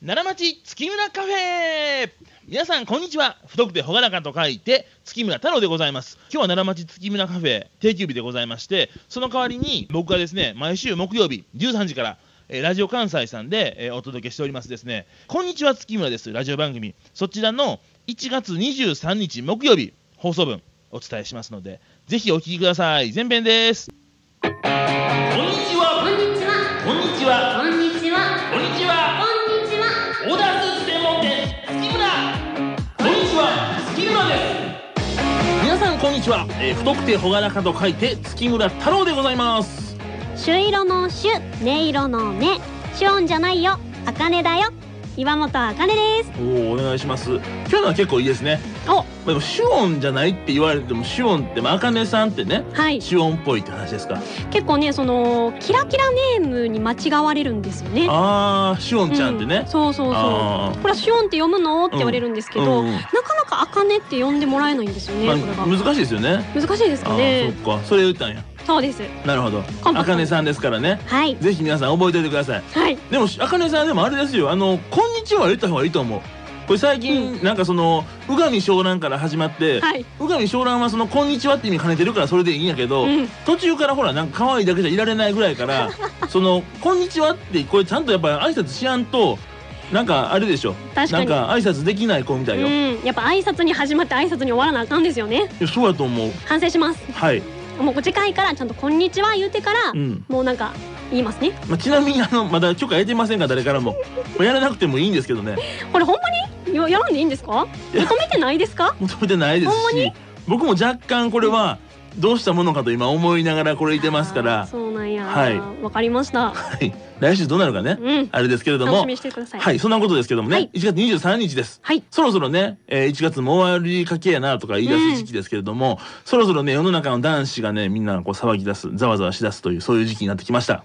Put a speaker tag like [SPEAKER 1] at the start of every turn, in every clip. [SPEAKER 1] 奈良町月村カフェ皆さんこんにちは太くて朗らかと書いて月村太郎でございます今日は奈良町月村カフェ定休日でございましてその代わりに僕がですね毎週木曜日13時からえーラジオ関西さんで、えーお届けしておりますですね「こんにちは月村です」ラジオ番組そちらの1月23日木曜日放送分お伝えしますのでぜひお聞きください前編ですこんにちは
[SPEAKER 2] こんにちは。
[SPEAKER 1] こんにちは
[SPEAKER 2] こんにちは。
[SPEAKER 1] こんにちは
[SPEAKER 2] こんにちは。
[SPEAKER 1] オーダースーツ専門店月村こんにちは月村です皆さんこんにちは、えー太くて朗らかと書いて月村太郎でございます
[SPEAKER 2] 朱色の朱、音色の音、シオンじゃないよ、あかねだよ。岩本あかねです。
[SPEAKER 1] おおお願いします今日のは結構いいですね
[SPEAKER 2] お、
[SPEAKER 1] まあでもシュオンじゃないって言われてもシュオンってまあ茜さんってね
[SPEAKER 2] はい。
[SPEAKER 1] シュオンっぽいって話ですか
[SPEAKER 2] 結構ね、そのキラキラネームに間違われるんですよね。
[SPEAKER 1] あーシュオ
[SPEAKER 2] う
[SPEAKER 1] ンちゃんってね、
[SPEAKER 2] そうそう
[SPEAKER 1] あ
[SPEAKER 2] そ
[SPEAKER 1] ー
[SPEAKER 2] う。これはシオンって読むのって言われるんですけど、
[SPEAKER 1] うんうん
[SPEAKER 2] なかなかあかねって呼んでもらえないんですよね。
[SPEAKER 1] まあ
[SPEAKER 2] これが
[SPEAKER 1] 難しいですよね
[SPEAKER 2] 難しいです
[SPEAKER 1] あ
[SPEAKER 2] か
[SPEAKER 1] ー
[SPEAKER 2] ね。
[SPEAKER 1] そっかそれ言ったんや
[SPEAKER 2] そうです。
[SPEAKER 1] なるほど
[SPEAKER 2] コンパクト
[SPEAKER 1] 茜さんですからね
[SPEAKER 2] はい。
[SPEAKER 1] ぜひ皆さん覚えておいてください
[SPEAKER 2] はい。
[SPEAKER 1] でもあかねさんでもあれですよあの「こんにちは」は言った方がいいと思うこれ最近、なんかその宇上昇蘭から始まって、
[SPEAKER 2] はい。
[SPEAKER 1] 宇上昇蘭はその「こんにちは」って意味兼ねてるからそれでいいんやけど、
[SPEAKER 2] うん
[SPEAKER 1] 途中からほらなんか可愛いだけじゃいられないぐらいから その「こんにちは」ってこれちゃんとやっぱ挨拶しやんとなんかあれでしょ
[SPEAKER 2] 確か
[SPEAKER 1] なん
[SPEAKER 2] に。
[SPEAKER 1] か挨拶できない子みたいよ、い
[SPEAKER 2] うん、やっぱ挨拶に始まって挨拶に終わらなあかんですよね。
[SPEAKER 1] やそうやと思う
[SPEAKER 2] 反省します。
[SPEAKER 1] はい、
[SPEAKER 2] もう次回からちゃんと「こんにちは」言うてから、
[SPEAKER 1] うん
[SPEAKER 2] もうなんか言いますね
[SPEAKER 1] まあ、ちなみにあのまだ許可得てませんから誰からもやらなくてもいいんですけどね
[SPEAKER 2] これほんまによやらんでいいんですか
[SPEAKER 1] いや
[SPEAKER 2] 認めてないですか
[SPEAKER 1] 求めてないです
[SPEAKER 2] ほんま
[SPEAKER 1] し
[SPEAKER 2] に
[SPEAKER 1] 僕も若干これはどうしたものかと今思いながらこれ言ってますか
[SPEAKER 2] あー
[SPEAKER 1] ら、
[SPEAKER 2] そうなんや
[SPEAKER 1] はい
[SPEAKER 2] わかりました
[SPEAKER 1] はい、来週どうなるかね、
[SPEAKER 2] うん
[SPEAKER 1] あれですけれど
[SPEAKER 2] 楽し
[SPEAKER 1] も
[SPEAKER 2] みにしてください
[SPEAKER 1] はいそんなことですけどもね、
[SPEAKER 2] はい
[SPEAKER 1] 1月23日です
[SPEAKER 2] はい
[SPEAKER 1] そろそろね、えー1月も終わりかけやなとか言い出す時期ですけれども、そろそろね世の中の男子がねみんなこう騒ぎ出すざわざわしだすというそういう時期になってきました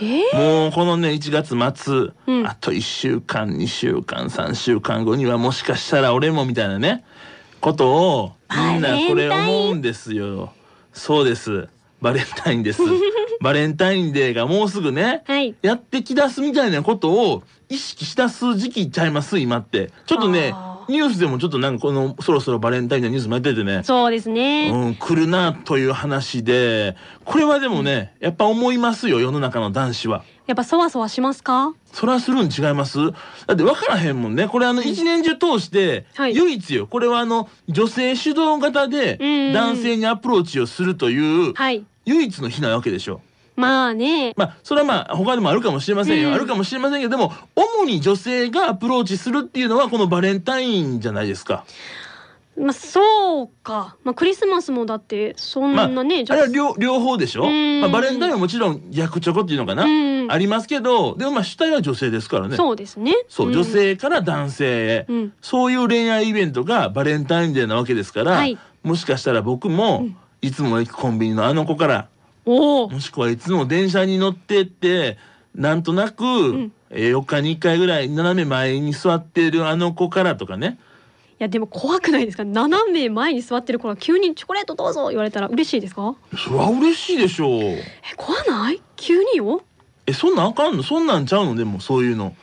[SPEAKER 2] えー、
[SPEAKER 1] もうこのね1月末、
[SPEAKER 2] うん
[SPEAKER 1] あと1週間2週間3週間後にはもしかしたら俺もみたいなねことをみんなこれ
[SPEAKER 2] バレンタイン
[SPEAKER 1] 思うんですよそうですバレンタインです バレンタインデーがもうすぐね
[SPEAKER 2] はい
[SPEAKER 1] やってきだすみたいなことを意識しだす時期ちゃいます今ってちょっとね
[SPEAKER 2] あー
[SPEAKER 1] ニュースでもちょっとなんかこのそろそろバレンタインのニュースもやっててね
[SPEAKER 2] そうですね、
[SPEAKER 1] うん、来るなという話でこれはでもねやっぱ思いますよ世の中の男子は。
[SPEAKER 2] やっぱそわそわしますか
[SPEAKER 1] それはするん違いますだって分からへんもんねこれあの一年中通して
[SPEAKER 2] はい
[SPEAKER 1] 唯一よこれはあの女性主導型で
[SPEAKER 2] うんうん
[SPEAKER 1] 男性にアプローチをするという
[SPEAKER 2] はい
[SPEAKER 1] 唯一の日なわけでしょ。
[SPEAKER 2] まあね
[SPEAKER 1] まあそれはまあ他でもあるかもしれませんよ、
[SPEAKER 2] うん
[SPEAKER 1] あるかもしれませんけどでも主に女性がアプローチするっていうのはこのバレンタインじゃないですか。
[SPEAKER 2] まあそうかまあクリスマスもだってそん
[SPEAKER 1] まあ、
[SPEAKER 2] な
[SPEAKER 1] あ
[SPEAKER 2] ね、
[SPEAKER 1] れは両両方でしょ、
[SPEAKER 2] うん
[SPEAKER 1] まあ、バレンタインはもちろん逆チョコっていうのかな、
[SPEAKER 2] うん
[SPEAKER 1] ありますけどでもまあ主体は女性ですからね
[SPEAKER 2] そうですね
[SPEAKER 1] そうん女性から男性へ、
[SPEAKER 2] うん
[SPEAKER 1] そういう恋愛イベントがバレンタインデーなわけですから、
[SPEAKER 2] はい
[SPEAKER 1] もしかしたら僕も、いつも行くコンビニのあの子から
[SPEAKER 2] おお
[SPEAKER 1] もしくはいつも電車に乗ってってなんとなく、
[SPEAKER 2] ん
[SPEAKER 1] えー4日に1回ぐらい斜め前に座っているあの子からとかね
[SPEAKER 2] いやでも怖くないですか斜め前に座ってる子が急に「チョコレートどうぞ」言われたら嬉しいですか
[SPEAKER 1] そりゃ嬉しいでしょう
[SPEAKER 2] え怖ない急によ
[SPEAKER 1] えそんなんあかんのそんなんちゃうのでもそういうの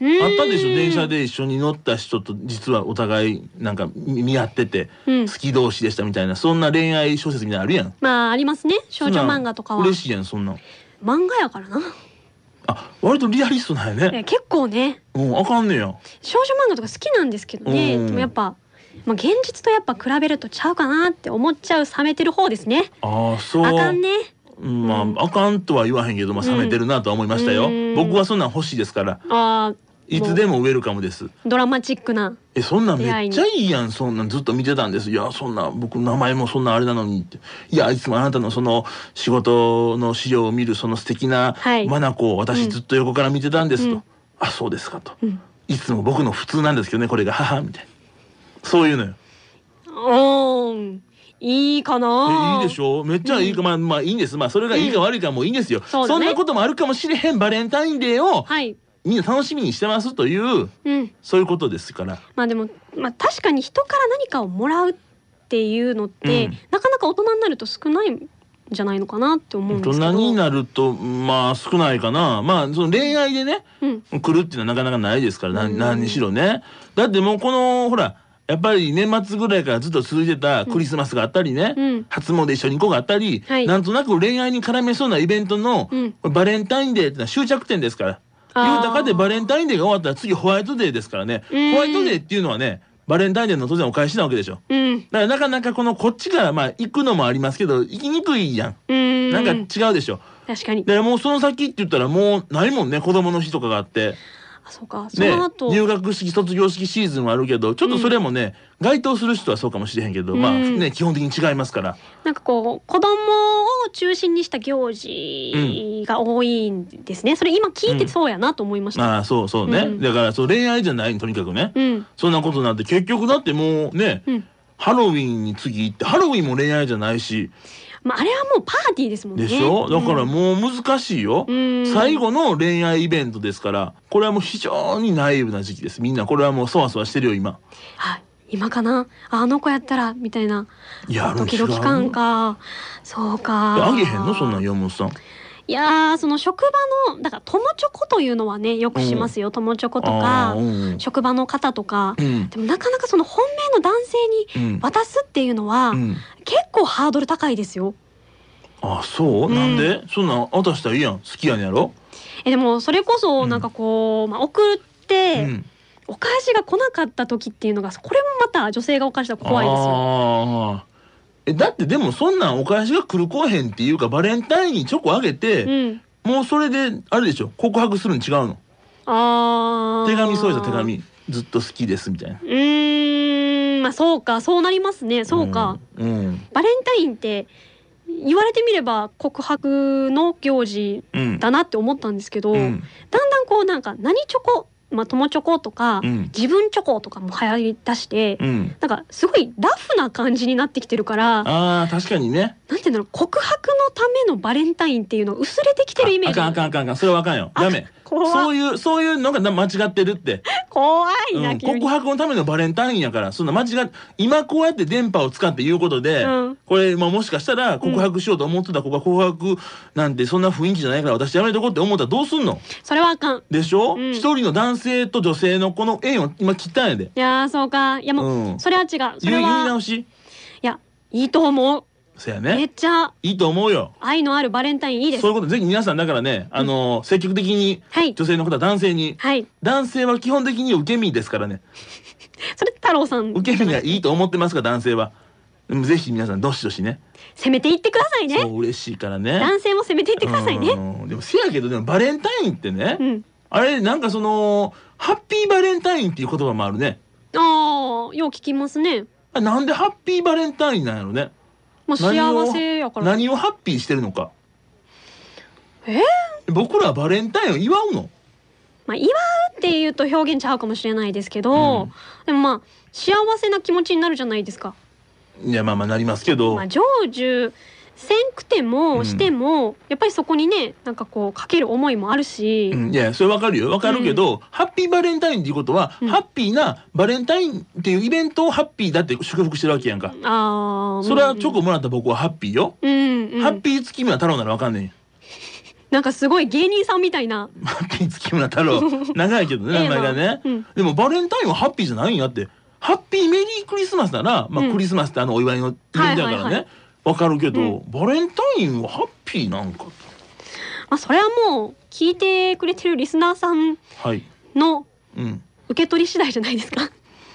[SPEAKER 2] うーん
[SPEAKER 1] あったでしょ電車で一緒に乗った人と実はお互いなんか見合ってて
[SPEAKER 2] うん
[SPEAKER 1] 好き同士でしたみたいなそんな恋愛小説みたいなのあるやん
[SPEAKER 2] まあありますね少女漫画とかは
[SPEAKER 1] 嬉しいやんそんなん
[SPEAKER 2] 漫画やか らな
[SPEAKER 1] あ割とリアリストなんやね
[SPEAKER 2] え結構ね
[SPEAKER 1] うんあかんねや
[SPEAKER 2] 少女漫画とか好きなんですけどね
[SPEAKER 1] うん
[SPEAKER 2] でもやっぱ、まあ、現実とやっぱ比べるとちゃうかなって思っちゃう冷めてる方ですね
[SPEAKER 1] ああそう
[SPEAKER 2] あかんね
[SPEAKER 1] うんま
[SPEAKER 2] うん
[SPEAKER 1] ああかんとは言わへんけどまあ冷めてるなとは思いましたよ
[SPEAKER 2] うん
[SPEAKER 1] 僕はそんなん欲しいですから
[SPEAKER 2] あ
[SPEAKER 1] いつでもウェルカムです
[SPEAKER 2] ードラマチックな
[SPEAKER 1] えそんなんめ
[SPEAKER 2] 出会い
[SPEAKER 1] っ
[SPEAKER 2] に
[SPEAKER 1] ちゃいいやんそんなんずっと見てたんですいやそんな僕名前もそんなあれなのにっていやいつもあなたのその仕事の資料を見るその素敵な
[SPEAKER 2] はい
[SPEAKER 1] マナコを私ずっと横から見てたんですと、
[SPEAKER 2] うん
[SPEAKER 1] あそうですかと、
[SPEAKER 2] うん
[SPEAKER 1] いつも僕の普通なんですけどねこれが母みたいなそういうのよ
[SPEAKER 2] おーんいいかな
[SPEAKER 1] えいいでしょめっちゃいいか、まあまあいいんですまあそれがいいか悪いかもういいんですよ、
[SPEAKER 2] そうだね
[SPEAKER 1] んなこともあるかもしれへんバレンタインデーを
[SPEAKER 2] はい
[SPEAKER 1] みんな楽しみにしてますという
[SPEAKER 2] うん
[SPEAKER 1] そういうことですから
[SPEAKER 2] まあでも、まあ、確かに人から何かをもらうっていうのって、
[SPEAKER 1] うん
[SPEAKER 2] なかなか大人になると少ないじゃないのかなって思うんで
[SPEAKER 1] 大
[SPEAKER 2] すけど
[SPEAKER 1] 人になるとまあ少ないかなまあその恋愛でね
[SPEAKER 2] うん
[SPEAKER 1] 来るっていうのはなかなかないですからな
[SPEAKER 2] うん
[SPEAKER 1] 何にしろねだってもうこのほらやっぱり年末ぐらいからずっと続いてたクリスマスがあったりね、
[SPEAKER 2] うん
[SPEAKER 1] 初詣一緒に行こうがあったり、
[SPEAKER 2] はい
[SPEAKER 1] なんとなく恋愛に絡めそうなイベントの、
[SPEAKER 2] うん
[SPEAKER 1] バレンタインデーってのは終着点ですから
[SPEAKER 2] あー
[SPEAKER 1] 言うたかでバレンタインデーが終わったら次ホワイトデーですからね
[SPEAKER 2] うん
[SPEAKER 1] ホワイトデーっていうのはねバレンタインデーの当然お返しなわけでしょ
[SPEAKER 2] うん
[SPEAKER 1] だからなかなかこのこっちからまあ行くのもありますけど行きにくいやん
[SPEAKER 2] うん
[SPEAKER 1] なんか違うでしょ
[SPEAKER 2] 確かに
[SPEAKER 1] だからもうその先って言ったらもうないもんね子供の日とかがあって
[SPEAKER 2] あそうかそ
[SPEAKER 1] ね
[SPEAKER 2] の後、
[SPEAKER 1] 入学式卒業式シーズンはあるけどちょっとそれもね、該当する人はそうかもしれへんけど、まあ
[SPEAKER 2] うん
[SPEAKER 1] ね基本的に違いますから
[SPEAKER 2] なんかこう子供を中心にした行事が多いんですね、それ今聞いてそうやなと思いました、
[SPEAKER 1] まあそうそうね、
[SPEAKER 2] うん
[SPEAKER 1] だからそう恋愛じゃないとにかくね、
[SPEAKER 2] うん
[SPEAKER 1] そんなことなんて結局だってもうね、
[SPEAKER 2] うん
[SPEAKER 1] ハロウィンに次行ってハロウィンも恋愛じゃないし
[SPEAKER 2] まあ、あれはもうパーティーですもんね
[SPEAKER 1] でしょ、だからもう難しいよ、
[SPEAKER 2] うん
[SPEAKER 1] 最後の恋愛イベントですからこれはもう非常にナイーブな時期ですみんなこれはもうそわそわしてるよ今
[SPEAKER 2] はい、今かなああの子やったらみたいな
[SPEAKER 1] やる
[SPEAKER 2] ド
[SPEAKER 1] ん
[SPEAKER 2] キ
[SPEAKER 1] 違う
[SPEAKER 2] ドキ感かそうか
[SPEAKER 1] あげへんのそんなん山本さん
[SPEAKER 2] いやーその職場のだから友チョコというのはねよくしますよ友チョコと
[SPEAKER 1] あ
[SPEAKER 2] か
[SPEAKER 1] ーうん
[SPEAKER 2] 職場の方とか
[SPEAKER 1] うん
[SPEAKER 2] でもなかなかその本命の男性
[SPEAKER 1] う
[SPEAKER 2] に
[SPEAKER 1] ん
[SPEAKER 2] 渡すっていうのは、
[SPEAKER 1] うん
[SPEAKER 2] 結構ハードル高いですよ
[SPEAKER 1] あそう、
[SPEAKER 2] うん
[SPEAKER 1] なんでそんなん渡したらいいやん好きやねやろ、
[SPEAKER 2] えでもそれこそ
[SPEAKER 1] うん
[SPEAKER 2] なんかこう、まあ、送って、
[SPEAKER 1] うん
[SPEAKER 2] お返しが来なかった時っていうのがこれもまた女性がお返しだと怖いですよ。
[SPEAKER 1] あーえだってでもそんなんお返しが来るこうへんっていうかバレンタインにチョコあげて、
[SPEAKER 2] うん、
[SPEAKER 1] もうそれであれでしょ告白するに違うの
[SPEAKER 2] あー
[SPEAKER 1] 手紙そうじゃ手紙ずっと好きですみたいな
[SPEAKER 2] うーんまあそうかそうなりますねそうか、
[SPEAKER 1] うん、うん
[SPEAKER 2] バレンタインって言われてみれば告白の行事
[SPEAKER 1] うん
[SPEAKER 2] だなって思ったんですけど、
[SPEAKER 1] うん
[SPEAKER 2] だんだんこうなんか何チョコまあ友チョコとか、
[SPEAKER 1] うん
[SPEAKER 2] 自分チョコとかも流行り出して、
[SPEAKER 1] うん
[SPEAKER 2] なんかすごいラフな感じになってきてるからなん
[SPEAKER 1] あー確かにね
[SPEAKER 2] ていうんだろう告白のためのバレンタインっていうのが薄れてきてるイメー
[SPEAKER 1] あ
[SPEAKER 2] ジ
[SPEAKER 1] かんあかんあかんあかんそれはあかんよダメそ
[SPEAKER 2] 怖
[SPEAKER 1] ういうそういうのがな間違ってるって、
[SPEAKER 2] 怖 いな、
[SPEAKER 1] うん、
[SPEAKER 2] 急に
[SPEAKER 1] 告白のためのバレンタインやからそんな間違っ今こうやって電波を使って言うことで、
[SPEAKER 2] うん
[SPEAKER 1] これ、まあ、もしかしたら告白しようと思ってた子が告白なんてそんな雰囲気じゃないから私やめとこうって思ったらどうすんの
[SPEAKER 2] それはあかん
[SPEAKER 1] でしょ、
[SPEAKER 2] うん
[SPEAKER 1] 一人の男性と女性のこの縁を今切ったんやで。
[SPEAKER 2] いやーそうかいやもう、
[SPEAKER 1] うん
[SPEAKER 2] それは違うそ
[SPEAKER 1] 言
[SPEAKER 2] れ
[SPEAKER 1] い言い
[SPEAKER 2] は
[SPEAKER 1] 直し
[SPEAKER 2] いやいいと思う
[SPEAKER 1] そや
[SPEAKER 2] め
[SPEAKER 1] ね
[SPEAKER 2] っちゃ
[SPEAKER 1] いいと思うよ。
[SPEAKER 2] 愛のあるバレンタインいいです
[SPEAKER 1] そういうことぜひ皆さんだからね、あの積極的に
[SPEAKER 2] はい
[SPEAKER 1] 女性の方は男性に、
[SPEAKER 2] はい
[SPEAKER 1] 男性は基本的に受け身ですからね
[SPEAKER 2] それ太郎さん
[SPEAKER 1] 受け身がいいと思ってますから男性はうんぜひ皆さんどしどしね
[SPEAKER 2] 攻めていってください
[SPEAKER 1] そ
[SPEAKER 2] ね
[SPEAKER 1] う嬉しいからね。
[SPEAKER 2] 男性も攻めていってくださいね
[SPEAKER 1] うんでもせやけどでもバレンタインってね、
[SPEAKER 2] うん
[SPEAKER 1] あれなんかそのハッピーバレンタインっていう言葉もあるね。
[SPEAKER 2] ああよう聞きますね
[SPEAKER 1] あなんでハッピーバレンタインなんやろね。
[SPEAKER 2] もう
[SPEAKER 1] 何を
[SPEAKER 2] 幸せやから
[SPEAKER 1] 何をハッピーしてるのか。
[SPEAKER 2] えー
[SPEAKER 1] 僕らはバレンタインを祝うの。
[SPEAKER 2] まあ祝うっていうと表現ちゃうかもしれないですけど、
[SPEAKER 1] うん
[SPEAKER 2] でもまあ幸せな気持ちになるじゃないですか
[SPEAKER 1] いやまあまあなりますけど。
[SPEAKER 2] まあ成就せんくて
[SPEAKER 1] う
[SPEAKER 2] も
[SPEAKER 1] ん
[SPEAKER 2] しても、やっぱりそこにねなんかこうかける思いもあるし、
[SPEAKER 1] うん、いやそれわかるよわかるけど、ハッピーバレンタインっていうことは、
[SPEAKER 2] うん
[SPEAKER 1] ハッピーなバレンタインっていうイベントをハッピーだって祝福してるわけやんか、
[SPEAKER 2] ああ
[SPEAKER 1] それはチョコもらった僕はハッピーよ、
[SPEAKER 2] うん、うん、
[SPEAKER 1] ハッピー月村太郎ならわかんねんよ
[SPEAKER 2] なんかすごい芸人さんみたいな
[SPEAKER 1] ハッピー月村太 郎長いけどね
[SPEAKER 2] ええ
[SPEAKER 1] 名前が
[SPEAKER 2] まあ
[SPEAKER 1] ね、
[SPEAKER 2] うん
[SPEAKER 1] でもバレンタインはハッピーじゃないんやってハッピーメリークリスマスなら、まあ
[SPEAKER 2] うん
[SPEAKER 1] クリスマスってあのお祝いのイベントやからね、
[SPEAKER 2] はいはいはい
[SPEAKER 1] わかるけど、バレンタインはハッピーなんかと
[SPEAKER 2] まあ、それはもう聞いてくれてるリスナーさん
[SPEAKER 1] はい
[SPEAKER 2] の
[SPEAKER 1] うん
[SPEAKER 2] 受け取り次第じゃないですか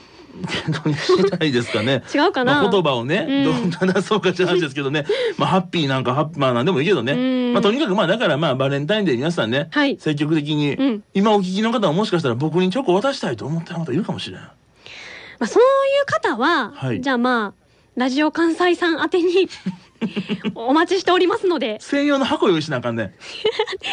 [SPEAKER 1] 何してないですかね
[SPEAKER 2] 違うかな、
[SPEAKER 1] まあ、言葉をね、
[SPEAKER 2] うん
[SPEAKER 1] どう話そうかって話ですけど ね、まあ、ハッピーなんかハッピーまあ何でもいいけどね、
[SPEAKER 2] うん
[SPEAKER 1] まあ、とにかくまあだからまあバレンタインデー皆さんね、
[SPEAKER 2] はい
[SPEAKER 1] 積極的に、
[SPEAKER 2] うん
[SPEAKER 1] 今お聞きの方はもしかしたら僕にチョコ渡したいと思ってる方いるかもしれない。
[SPEAKER 2] まあ、そういう方は、
[SPEAKER 1] はい
[SPEAKER 2] じゃあまあラジオ関西さん宛てに お待ちしておりますので
[SPEAKER 1] 専用の箱用意しなあかんね。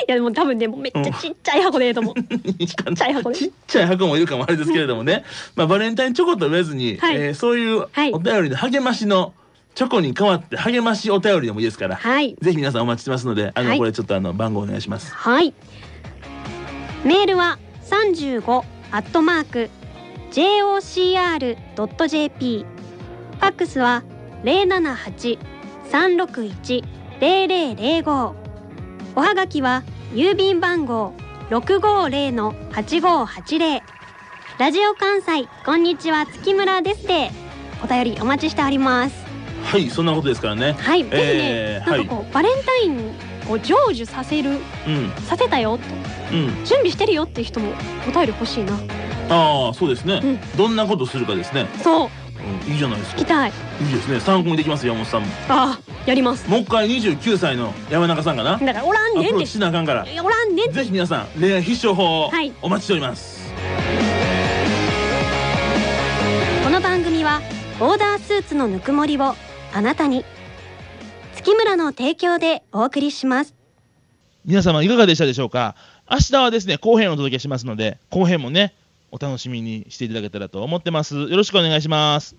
[SPEAKER 2] いやでも多分ねもうめっちゃちっちゃい箱でええ と思う
[SPEAKER 1] ち
[SPEAKER 2] っちゃい箱ね
[SPEAKER 1] ちっちゃい箱もいるかもあれですけれどもね。まあバレンタインチョコと言わずに、
[SPEAKER 2] はい
[SPEAKER 1] えーそういう
[SPEAKER 2] はい
[SPEAKER 1] お便りの励ましのチョコに代わって励ましお便りでもいいですから、
[SPEAKER 2] はい
[SPEAKER 1] ぜひ皆さんお待ちしてますので、あの、
[SPEAKER 2] はい
[SPEAKER 1] これちょっとあの番号お願いします。
[SPEAKER 2] はいメールは35アットマーク jocr.jp ファックスは078-361 0005おはがきは郵便番号650-8580ラジオ関西こんにちは月村ですでお便りお待ちしております
[SPEAKER 1] はいそんなことですからね
[SPEAKER 2] はい、ぜひ
[SPEAKER 1] え
[SPEAKER 2] ね
[SPEAKER 1] ー
[SPEAKER 2] なんかこう、バレンタインを成就させる
[SPEAKER 1] うん
[SPEAKER 2] させたよと
[SPEAKER 1] うん
[SPEAKER 2] 準備してるよっていう人もお便り欲しいな
[SPEAKER 1] ああそうですね、
[SPEAKER 2] う
[SPEAKER 1] どんなことするかですね、
[SPEAKER 2] そう
[SPEAKER 1] うん、いいじゃないですか
[SPEAKER 2] 聞きたい
[SPEAKER 1] いいですね参考にできますよ山本さんも
[SPEAKER 2] あーやります
[SPEAKER 1] もう一回29歳の山中さんかなア
[SPEAKER 2] だからおらん
[SPEAKER 1] プ
[SPEAKER 2] ねん
[SPEAKER 1] ロー
[SPEAKER 2] って
[SPEAKER 1] チしなあかんから
[SPEAKER 2] いやおらんねんって
[SPEAKER 1] ぜひ皆さん恋愛必勝法を
[SPEAKER 2] はい
[SPEAKER 1] お待ちしております、
[SPEAKER 2] この番組はオーダースーツのぬくもりをあなたに月村の提供でお送りします
[SPEAKER 1] 皆様いかがでしたでしょうか明日はですね後編をお届けしますので後編もねお楽しみにしていただけたらと思ってますよろしくお願いします